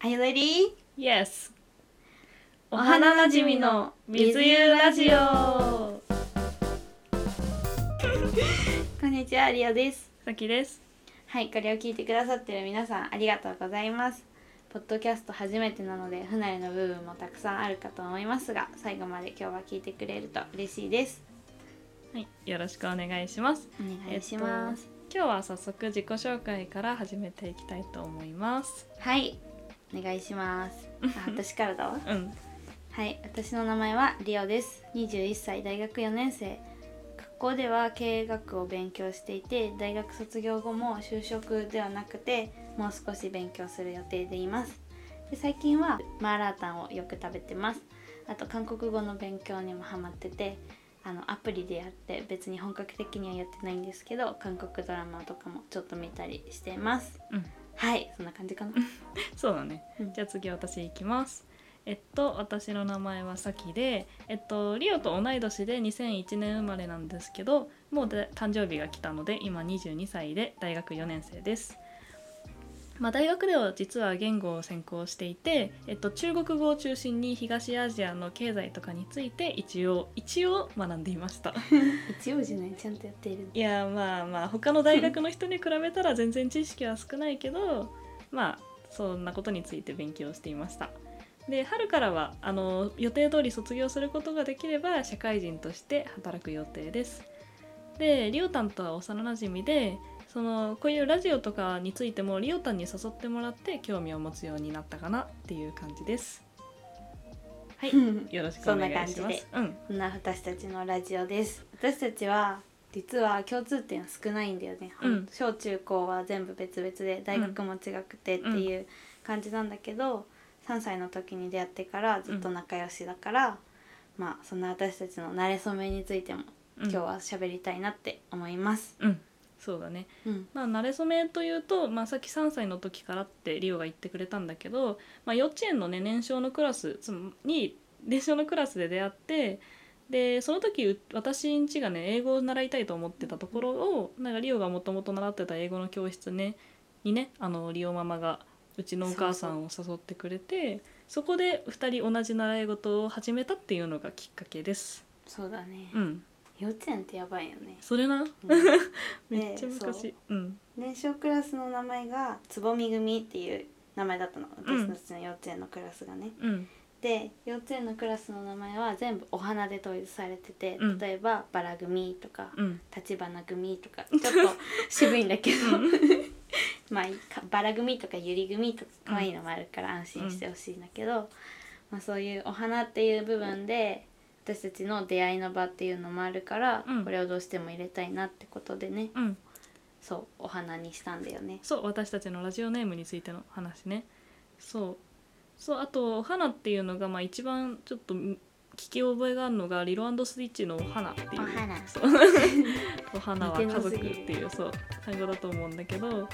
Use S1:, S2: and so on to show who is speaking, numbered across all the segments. S1: Are you ready?
S2: Yes お
S1: お
S2: 花
S1: 花
S2: な
S1: な
S2: じ
S1: じ
S2: み
S1: み
S2: の
S1: の
S2: 水
S1: 水
S2: 遊
S1: 遊
S2: ラ
S1: ラ
S2: ジ
S1: ジ
S2: オ
S1: こんにちは、リオです。
S2: さきです
S1: はい、これを聞いてくださってる皆さんありがとうございます。ポッドキャスト初めてなので不慣れの部分もたくさんあるかと思いますが、最後まで今日は聞いてくれると嬉しいです。
S2: はい、よろしくお願いします
S1: お願いします。
S2: 今日は早速自己紹介から始めていきたいと思います
S1: はい、お願いし ます。あ、私からだわ。
S2: うん
S1: はい、私の名前はリオです。21歳、大学4年生。学校では経営学を勉強していて、大学卒業後も就職ではなくて、もう少し勉強する予定でいます。で最近はマーラータンをよく食べてます。あと韓国語の勉強にもハマってて、あのアプリでやって別に本格的にはやってないんですけど、韓国ドラマとかもちょっと見たりしてます。
S2: うん
S1: はい、そんな感じ かな。
S2: そうだね、
S1: うん
S2: じゃあ次私いきますえっと私の名前はさきでえっとリオと同い年で2001年生まれなんですけどもうで誕生日が来たので今22歳で大学4年生ですまあ、大学では実は言語を専攻していて、えっと、中国語を中心に東アジアの経済とかについて一応一応学んでいました
S1: 一応じゃない、ちゃんとやっている。
S2: いやまあまあ他の大学の人に比べたら全然知識は少ないけどまあそんなことについて勉強していましたで春からはあの予定通り卒業することができれば社会人として働く予定ですでリオタンとは幼なじみでそのこういうラジオとかについてもリオタンに誘ってもらって興味を持つようになったかなっていう感じですはいよろしくお願いし
S1: そんな
S2: ま
S1: 感じです
S2: うん
S1: こんな私たちのラジオです私たちは実は共通点は少ないんだよね、
S2: うん
S1: 小中高は全部別々で大学も違くてっていう感じなんだけど、3歳の時に出会ってからずっと仲良しだから、まあそんな私たちの馴れ初めについても
S2: うん
S1: 今日は喋りたいなって思います、
S2: うんそうだね
S1: うん
S2: まあ、慣れ初めというと、まあ、さっき3歳の時からってリオが言ってくれたんだけど、まあ、幼稚園のね年少のクラスつまに年少のクラスで出会ってでその時う私んちがね英語を習いたいと思ってたところをなんかリオがもともと習ってた英語の教室、ね、にねあのリオママがうちのお母さんを誘ってくれてそこで2人同じ習い事を始めたっていうのがきっかけです。
S1: そうだね、
S2: うん、
S1: 幼稚園ってやばいよ ね、
S2: それな
S1: うん
S2: めっちゃ
S1: で
S2: 難
S1: そう
S2: しい。うん
S1: 年少クラスの名前がつぼみ組っていう名前だったの
S2: うん
S1: 私たちの幼稚園のクラスがね、
S2: うん
S1: で幼稚園のクラスの名前は全部お花で統一されてて、
S2: うん
S1: 例えばバラ組とか
S2: うん
S1: 立花組 とかちょっと渋いんだけど まあいいかバラ組とかゆり組とか可愛いのもあるから安心してほしいんだけど、まあ、そういうお花っていう部分で私たちの出会いの場っていうのもあるから、
S2: うん
S1: これをどうしても入れたいなってことでね
S2: うん
S1: そうお花にしたんだよね。
S2: そう私たちのラジオネームについての話ねそうそうあと「お花」っていうのが、まあ、一番ちょっと聞き覚えがあるのがリロスイッチの「お花」っていう
S1: お花
S2: そう お花は家族って
S1: 似て
S2: いうそう単語だと思うんだけど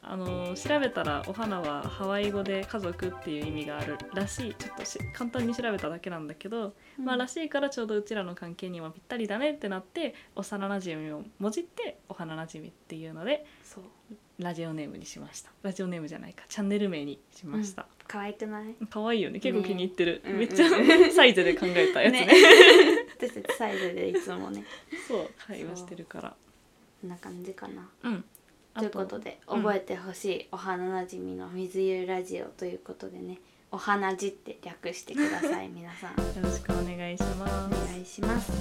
S2: あの調べたら「お花」はハワイ語で「家族」っていう意味があるらしいちょっとし簡単に調べただけなんだけど、まあらしいからちょうどうちらの関係にはぴったりだねってなって幼なじみをもじって「お花なじみ」っていうので
S1: そう
S2: ラジオネームにしましたラジオネームじゃないかチャンネル名にしました、
S1: 可愛くない
S2: 可愛いよね結構気に入ってる、
S1: ね
S2: めっちゃ、
S1: うんうん
S2: サイズで考えたやつ ね
S1: 私たちサイズでいつもね
S2: そう会話してるから
S1: こんな感じかな。
S2: うんあ
S1: ということで
S2: うん
S1: 覚えてほしい、お花なじみの水ゆラジオということでねお花じって略してくだ さい皆さんお
S2: よろしくお願いします
S1: 願いします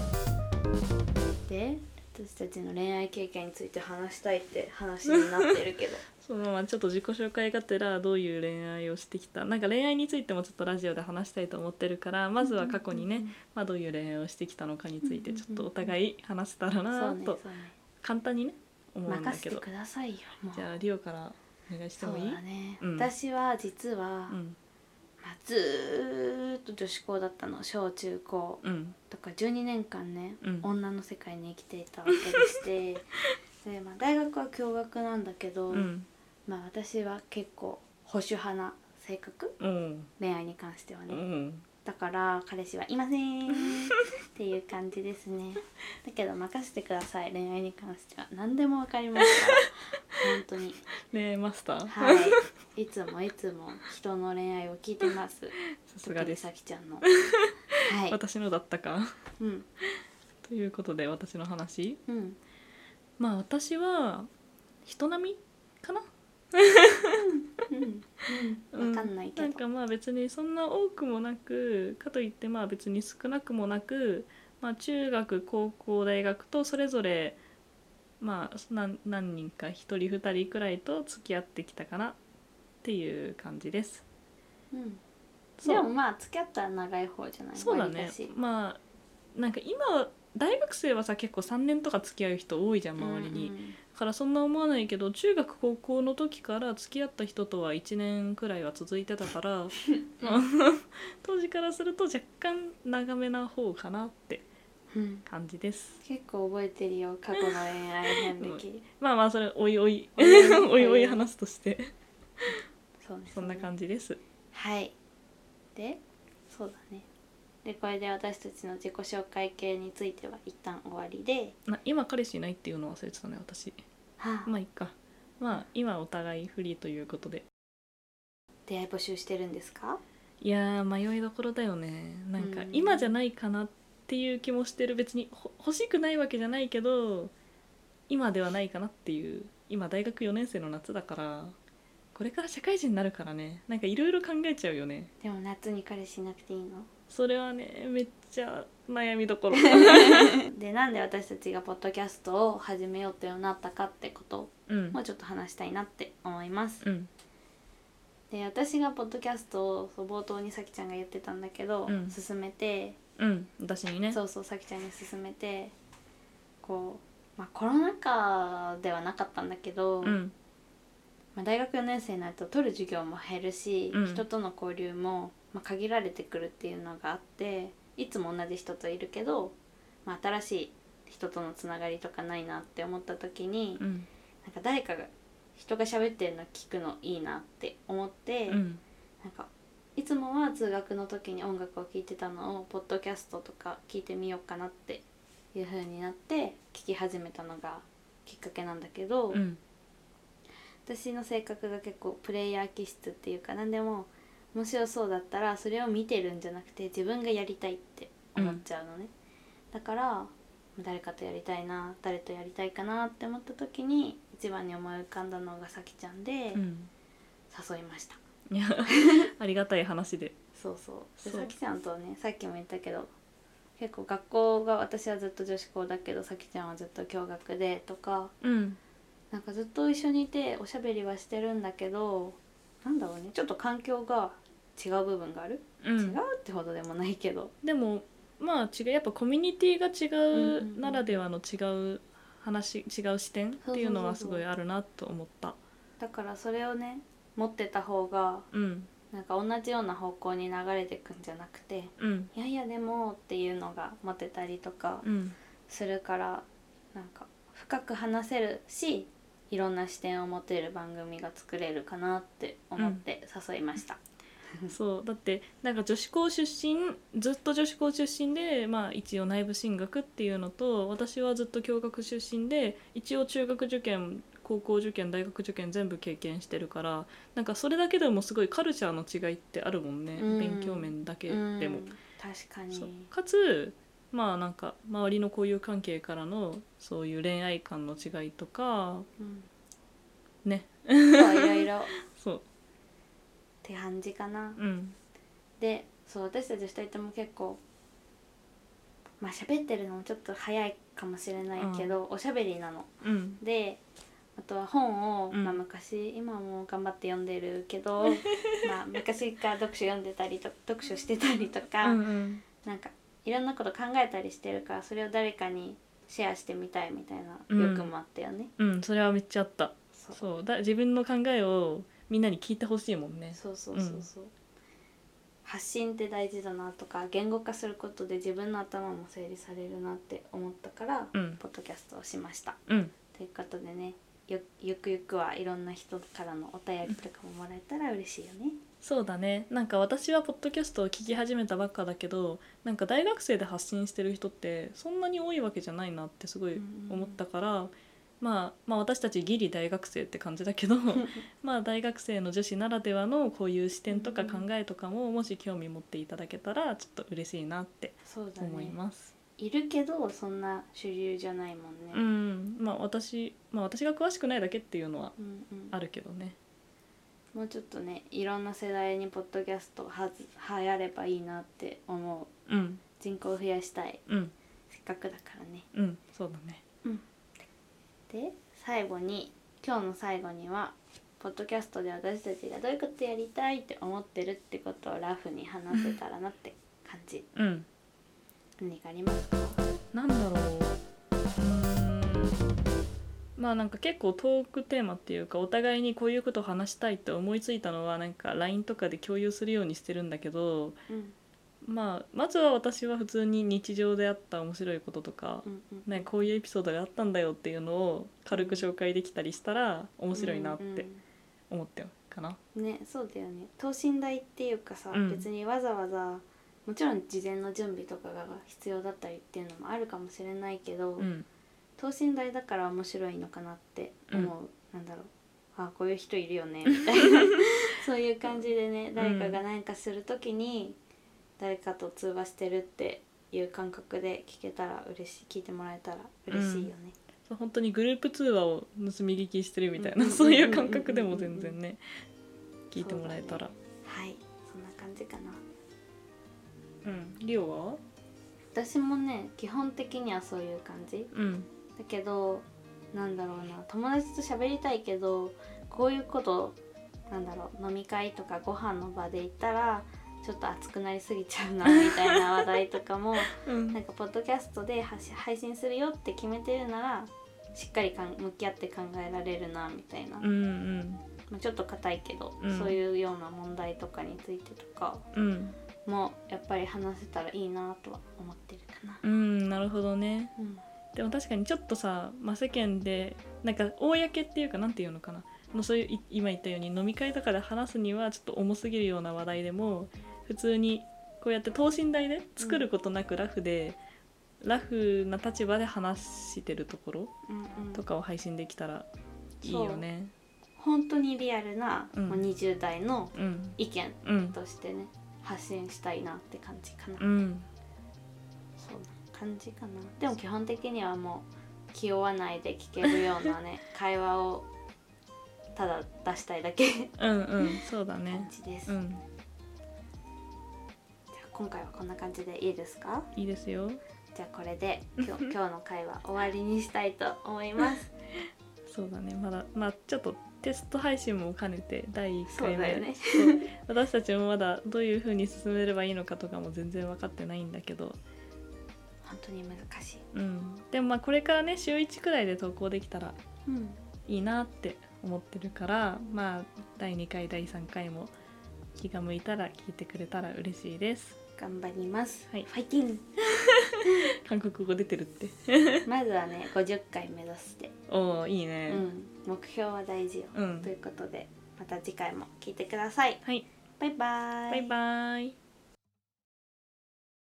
S1: で私たちの恋愛経験について話したいって話になってるけど
S2: そうまあちょっと自己紹介がてらどういう恋愛をしてきたなんか恋愛についてもちょっとラジオで話したいと思ってるから まずは過去にね、まあ、どういう恋愛をしてきたのかについてちょっとお互い話せたら
S1: そうね
S2: な
S1: そ
S2: と、
S1: うね
S2: 簡単にね思うんだ
S1: 任
S2: け
S1: せて
S2: ど
S1: くださいよもう
S2: じゃあリオからお願いして
S1: そう
S2: もいい
S1: だね、
S2: うん
S1: 私は実は、
S2: うん
S1: まあ、ずーっと女子校だったの小中高
S2: うん
S1: とか12年間ね、
S2: うん
S1: 女の世界に生きていたわけ でしてで、まあ、大学は共学なんだけど、
S2: うん
S1: まあ、私は結構保守派な性格
S2: うん
S1: 恋愛に関してはね、
S2: うん
S1: だから彼氏はいませんっていう感じです ねだけど任せてください恋 愛に関しては何でも分かりますから本当に
S2: ねえマスター、
S1: はいいつもいつも人の恋愛を聞いてます。
S2: さすがです
S1: さきち ゃんの。はい。
S2: 私のだったか
S1: うん。
S2: ということで私の話
S1: うん。
S2: まあ私は人並みかな
S1: うん。うん。わかんないけ
S2: なん
S1: ど。
S2: かまあ別にそんな多くもなくかといってまあ別に少なくもなく、まあ、中学高校大学とそれぞれまあ何何人か1人2人くらいと付き合ってきたかなっていう感じです。
S1: うん。
S2: そう
S1: でもまあ付き合ったら長い方じゃない。
S2: そうだ
S1: 割
S2: ね
S1: かし
S2: まあなんか今は大学生はさ結構3年とか付き合う人多いじゃん周りに、だからそんな思わないけど中学高校の時から付き合った人とは1年くらいは続いてたから まあ当時からすると若干長めな方かなって
S1: うんうん。
S2: 感じです
S1: 結構覚えてるよ過去の恋愛遍歴。
S2: まあまあそれおいおい
S1: おいおい
S2: おいおい話すとして
S1: そうですね
S2: そんな感じです
S1: はい。で、そうだね。でこれで私たちの自己紹介系については一旦終わりで、
S2: な今彼氏いないっていうの忘れてたね私
S1: はあ
S2: まあいっかまあ今お互いフリーということで
S1: 出会い募集してるんですか？
S2: いやー迷いどころだよねなんか
S1: うん
S2: 今じゃないかなっていう気もしてる別にほ欲しくないわけじゃないけど今ではないかなっていう今大学4年生の夏だからこれから社会人になるからねなんかいろいろ考えちゃうよね
S1: でも夏に彼氏いなくていいの？
S2: それはねめっちゃ悩みどころ
S1: でなんで私たちがポッドキャストを始めようとなったかってこと
S2: うん
S1: もちょっと話したいなって思います。
S2: うん
S1: で私がポッドキャストをそう冒頭にさきちゃんが言ってたんだけど、
S2: うん
S1: 勧めて
S2: うん私にね
S1: そうそうさきちゃんに勧めてこう、まあ、コロナ禍ではなかったんだけど、
S2: うん
S1: まあ、大学4年生になると取る授業も減るし、
S2: うん
S1: 人との交流も、まあ、限られてくるっていうのがあっていつも同じ人といるけど、まあ、新しい人とのつながりとかないなって思った時に、
S2: うん
S1: なんか誰かが人が喋ってるの聞くのいいなって思って、
S2: うん
S1: なんかいつもは通学の時に音楽を聴いてたのをポッドキャストとか聞いてみようかなっていう風になって聞き始めたのがきっかけなんだけど、
S2: うん
S1: 私の性格が結構プレイヤー気質っていうか何でも面白そうだったらそれを見てるんじゃなくて自分がやりたいって思っちゃうのね、だから誰かとやりたいな誰とやりたいかなって思った時に一番に思い浮かんだのがさきちゃんで
S2: うん
S1: 誘いました、
S2: いや ありがたい話で
S1: そうそうで
S2: そう
S1: さきちゃんとはねさっきも言ったけど結構学校が私はずっと女子校だけどさきちゃんはずっと共学でとか
S2: うん
S1: なんかずっと一緒にいておしゃべりはしてるんだけどなんだろうねちょっと環境が違う部分がある、
S2: う
S1: 違うんってほどでもないけど
S2: でもまあ違うやっぱコミュニティが違
S1: うんうんう
S2: うんならではの違う話違う視点っていうのは
S1: そ
S2: す
S1: うそうそうそう
S2: ごいあるなと思った
S1: だからそれをね持ってた方が
S2: うん
S1: なんか同じような方向に流れてくんじゃなくて
S2: うん
S1: いやいやでもっていうのが持てたりとか
S2: うん
S1: するからなんか深く話せるしいろんな視点を持てる番組が作れるかなって思って誘いました。
S2: そうだってなんか女子校出身ずっと女子校出身で、まあ、一応内部進学っていうのと私はずっと共学出身で一応中学受験高校受験大学受験全部経験してるからなんかそれだけでもすごいカルチャーの違いってあるもんね、
S1: うん
S2: 勉強面だけで
S1: うん
S2: も。
S1: 確か
S2: そう
S1: に
S2: かつまあなんか周りの交友関係からのそういう恋愛観の違いとか
S1: うん
S2: ね
S1: そういろいろ
S2: そう
S1: って感じかな
S2: うん
S1: でそう私たち2人とも結構まあ喋ってるのもちょっと早いかもしれないけど、おしゃべりなの
S2: うん
S1: であとは本を、
S2: うん
S1: まあ、昔今はもう頑張って読んでるけ どまあ昔から読書読んでたりと読書してたりと
S2: う
S1: か、
S2: んうん
S1: なんかいろんなこと考えたりしてるからそれを誰かにシェアしてみたいみたいな
S2: うん
S1: 欲もあったよね、
S2: うんそれはめっちゃあった
S1: そう
S2: そうだ自分の考えをみんなに聞いてほしいもんね
S1: そうそうそうそう、発信って大事だなとか言語化することで自分の頭も整理されるなって思ったから、
S2: うん
S1: ポッドキャストをしました
S2: うん
S1: ということでねよゆくゆくはいろんな人からのお便りとかももらえたら嬉しいよね
S2: そうだねなんか私はポッドキャストを聞き始めたばっかだけどなんか大学生で発信してる人ってそんなに多いわけじゃないなってすごい思ったから、まあ、まあ私たちギリ大学生って感じだ けどまあ大学生の女子ならではのこういう視点とか考えとかももし興味持っていただけたらちょっと嬉しいなって
S1: そうだ
S2: 思い
S1: ね
S2: ます。
S1: いるけどそんな主流じゃないもん
S2: う
S1: ね、
S2: んまあ私まあ私が詳しくないだけっていうのは
S1: うんうん
S2: あるけどね。
S1: もうちょっとねいろんな世代にポッドキャストがはず流行ればいいなって思う
S2: うん
S1: 人口を増やしたい
S2: うん
S1: せっかくだからね
S2: うんそうだね。
S1: で最後に今日の最後にはポッドキャストで私たちがどういうことやりたいって思ってるってことをラフに話せたらな って感じ
S2: うん
S1: 何かありますか
S2: なんだろう。うーんまあなんか結構トークテーマっていうかお互いにこういうことを話したいって思いついたのはなんか LINE とかで共有するようにしてるんだけど
S1: うん
S2: まあまずは私は普通に日常であった面白いこととか
S1: う、んうん
S2: ね、こういうエピソードがあったんだよっていうのを軽く紹介できたりしたら面白いなっ
S1: うん
S2: て思ったかな。
S1: うんねそうだよね等身大っていうかさ、
S2: うん
S1: 別にわざわざもちろん事前の準備とかが必要だったりっていうのもあるかもしれないけど、
S2: うん、
S1: 等身大だから面白いのかなって思う、なんだろうあこういう人いるよ ねみたいなそういう感じでね誰かが何かするときに誰かと通話してるっていう感覚で聞けたら嬉しい聞いてもらえたら嬉しいよね、
S2: そう本当にグループ通話を盗み聞きしてるみたい
S1: うんうんうん
S2: な、
S1: うん
S2: そういう感覚でも全然ね、聞いてもらえたら。
S1: はいそんな感じかな
S2: うん、リオは
S1: 私もね基本的にはそういう感じ
S2: うん
S1: だけどなんだろうな友達と喋りたいけどこういうことなんだろう飲み会とかご飯の場で言ったらちょっと熱くなりすぎちゃうなみた いな話題とかも
S2: うん
S1: なんかポッドキャストで発し配信するよって決めてるならしっかりかん向き合って考えられるなみたいな、
S2: うんうん
S1: まあちょっと硬いけど、
S2: うん
S1: そういうような問題とかについてとか
S2: うん
S1: もやっぱり話せたらいいなとは思ってるかな。
S2: うんなるほどね
S1: うん
S2: でも確かにちょっとさ、まあ、世間でなんか公っていうかなんていうのかなのそういうい今言ったように飲み会とかで話すにはちょっと重すぎるような話題でも普通にこうやって等身大で作ることなくラフで、ラフな立場で話してるところ
S1: うんうん
S2: とかを配信できたらいいよね。
S1: 本当にリアルな、
S2: うん
S1: もう20代の
S2: うん、
S1: 意見
S2: うん、
S1: としてね発信したいなって感じかな、
S2: うん、
S1: そんな感じかなでも基本的にはもう気負わないで聞けるようなね会話をただ出したいだけ
S2: うん、うん、そうだ
S1: 感
S2: ね。
S1: じです、
S2: う
S1: じ
S2: ん、
S1: ゃあ今回はこんな感じでいいですか
S2: いいですよ。
S1: じゃあこれで今日今日の会は終わりにしたいと思います
S2: そうだねまだまあちょっとテスト配信も兼ねて第1
S1: そう
S2: 回目
S1: だよね
S2: 私たちもまだどういう風に進めればいいのかとかも全然分かってないんだけど、
S1: 本当に難しい、
S2: うん、でもまあこれからね週1くらいで投稿できたら
S1: うん、
S2: いいなって思ってるからまあ第2回第3回も気が向いたら聞いてくれたら嬉し いです
S1: 頑張ります、
S2: はい
S1: ファイティン
S2: 韓国語出てるって
S1: グまずはね50回目指して
S2: おおいいね
S1: うん、目標は大事よ、
S2: うん
S1: ということでまた次回も聞いてください
S2: はい
S1: バイバーイ
S2: バイバイ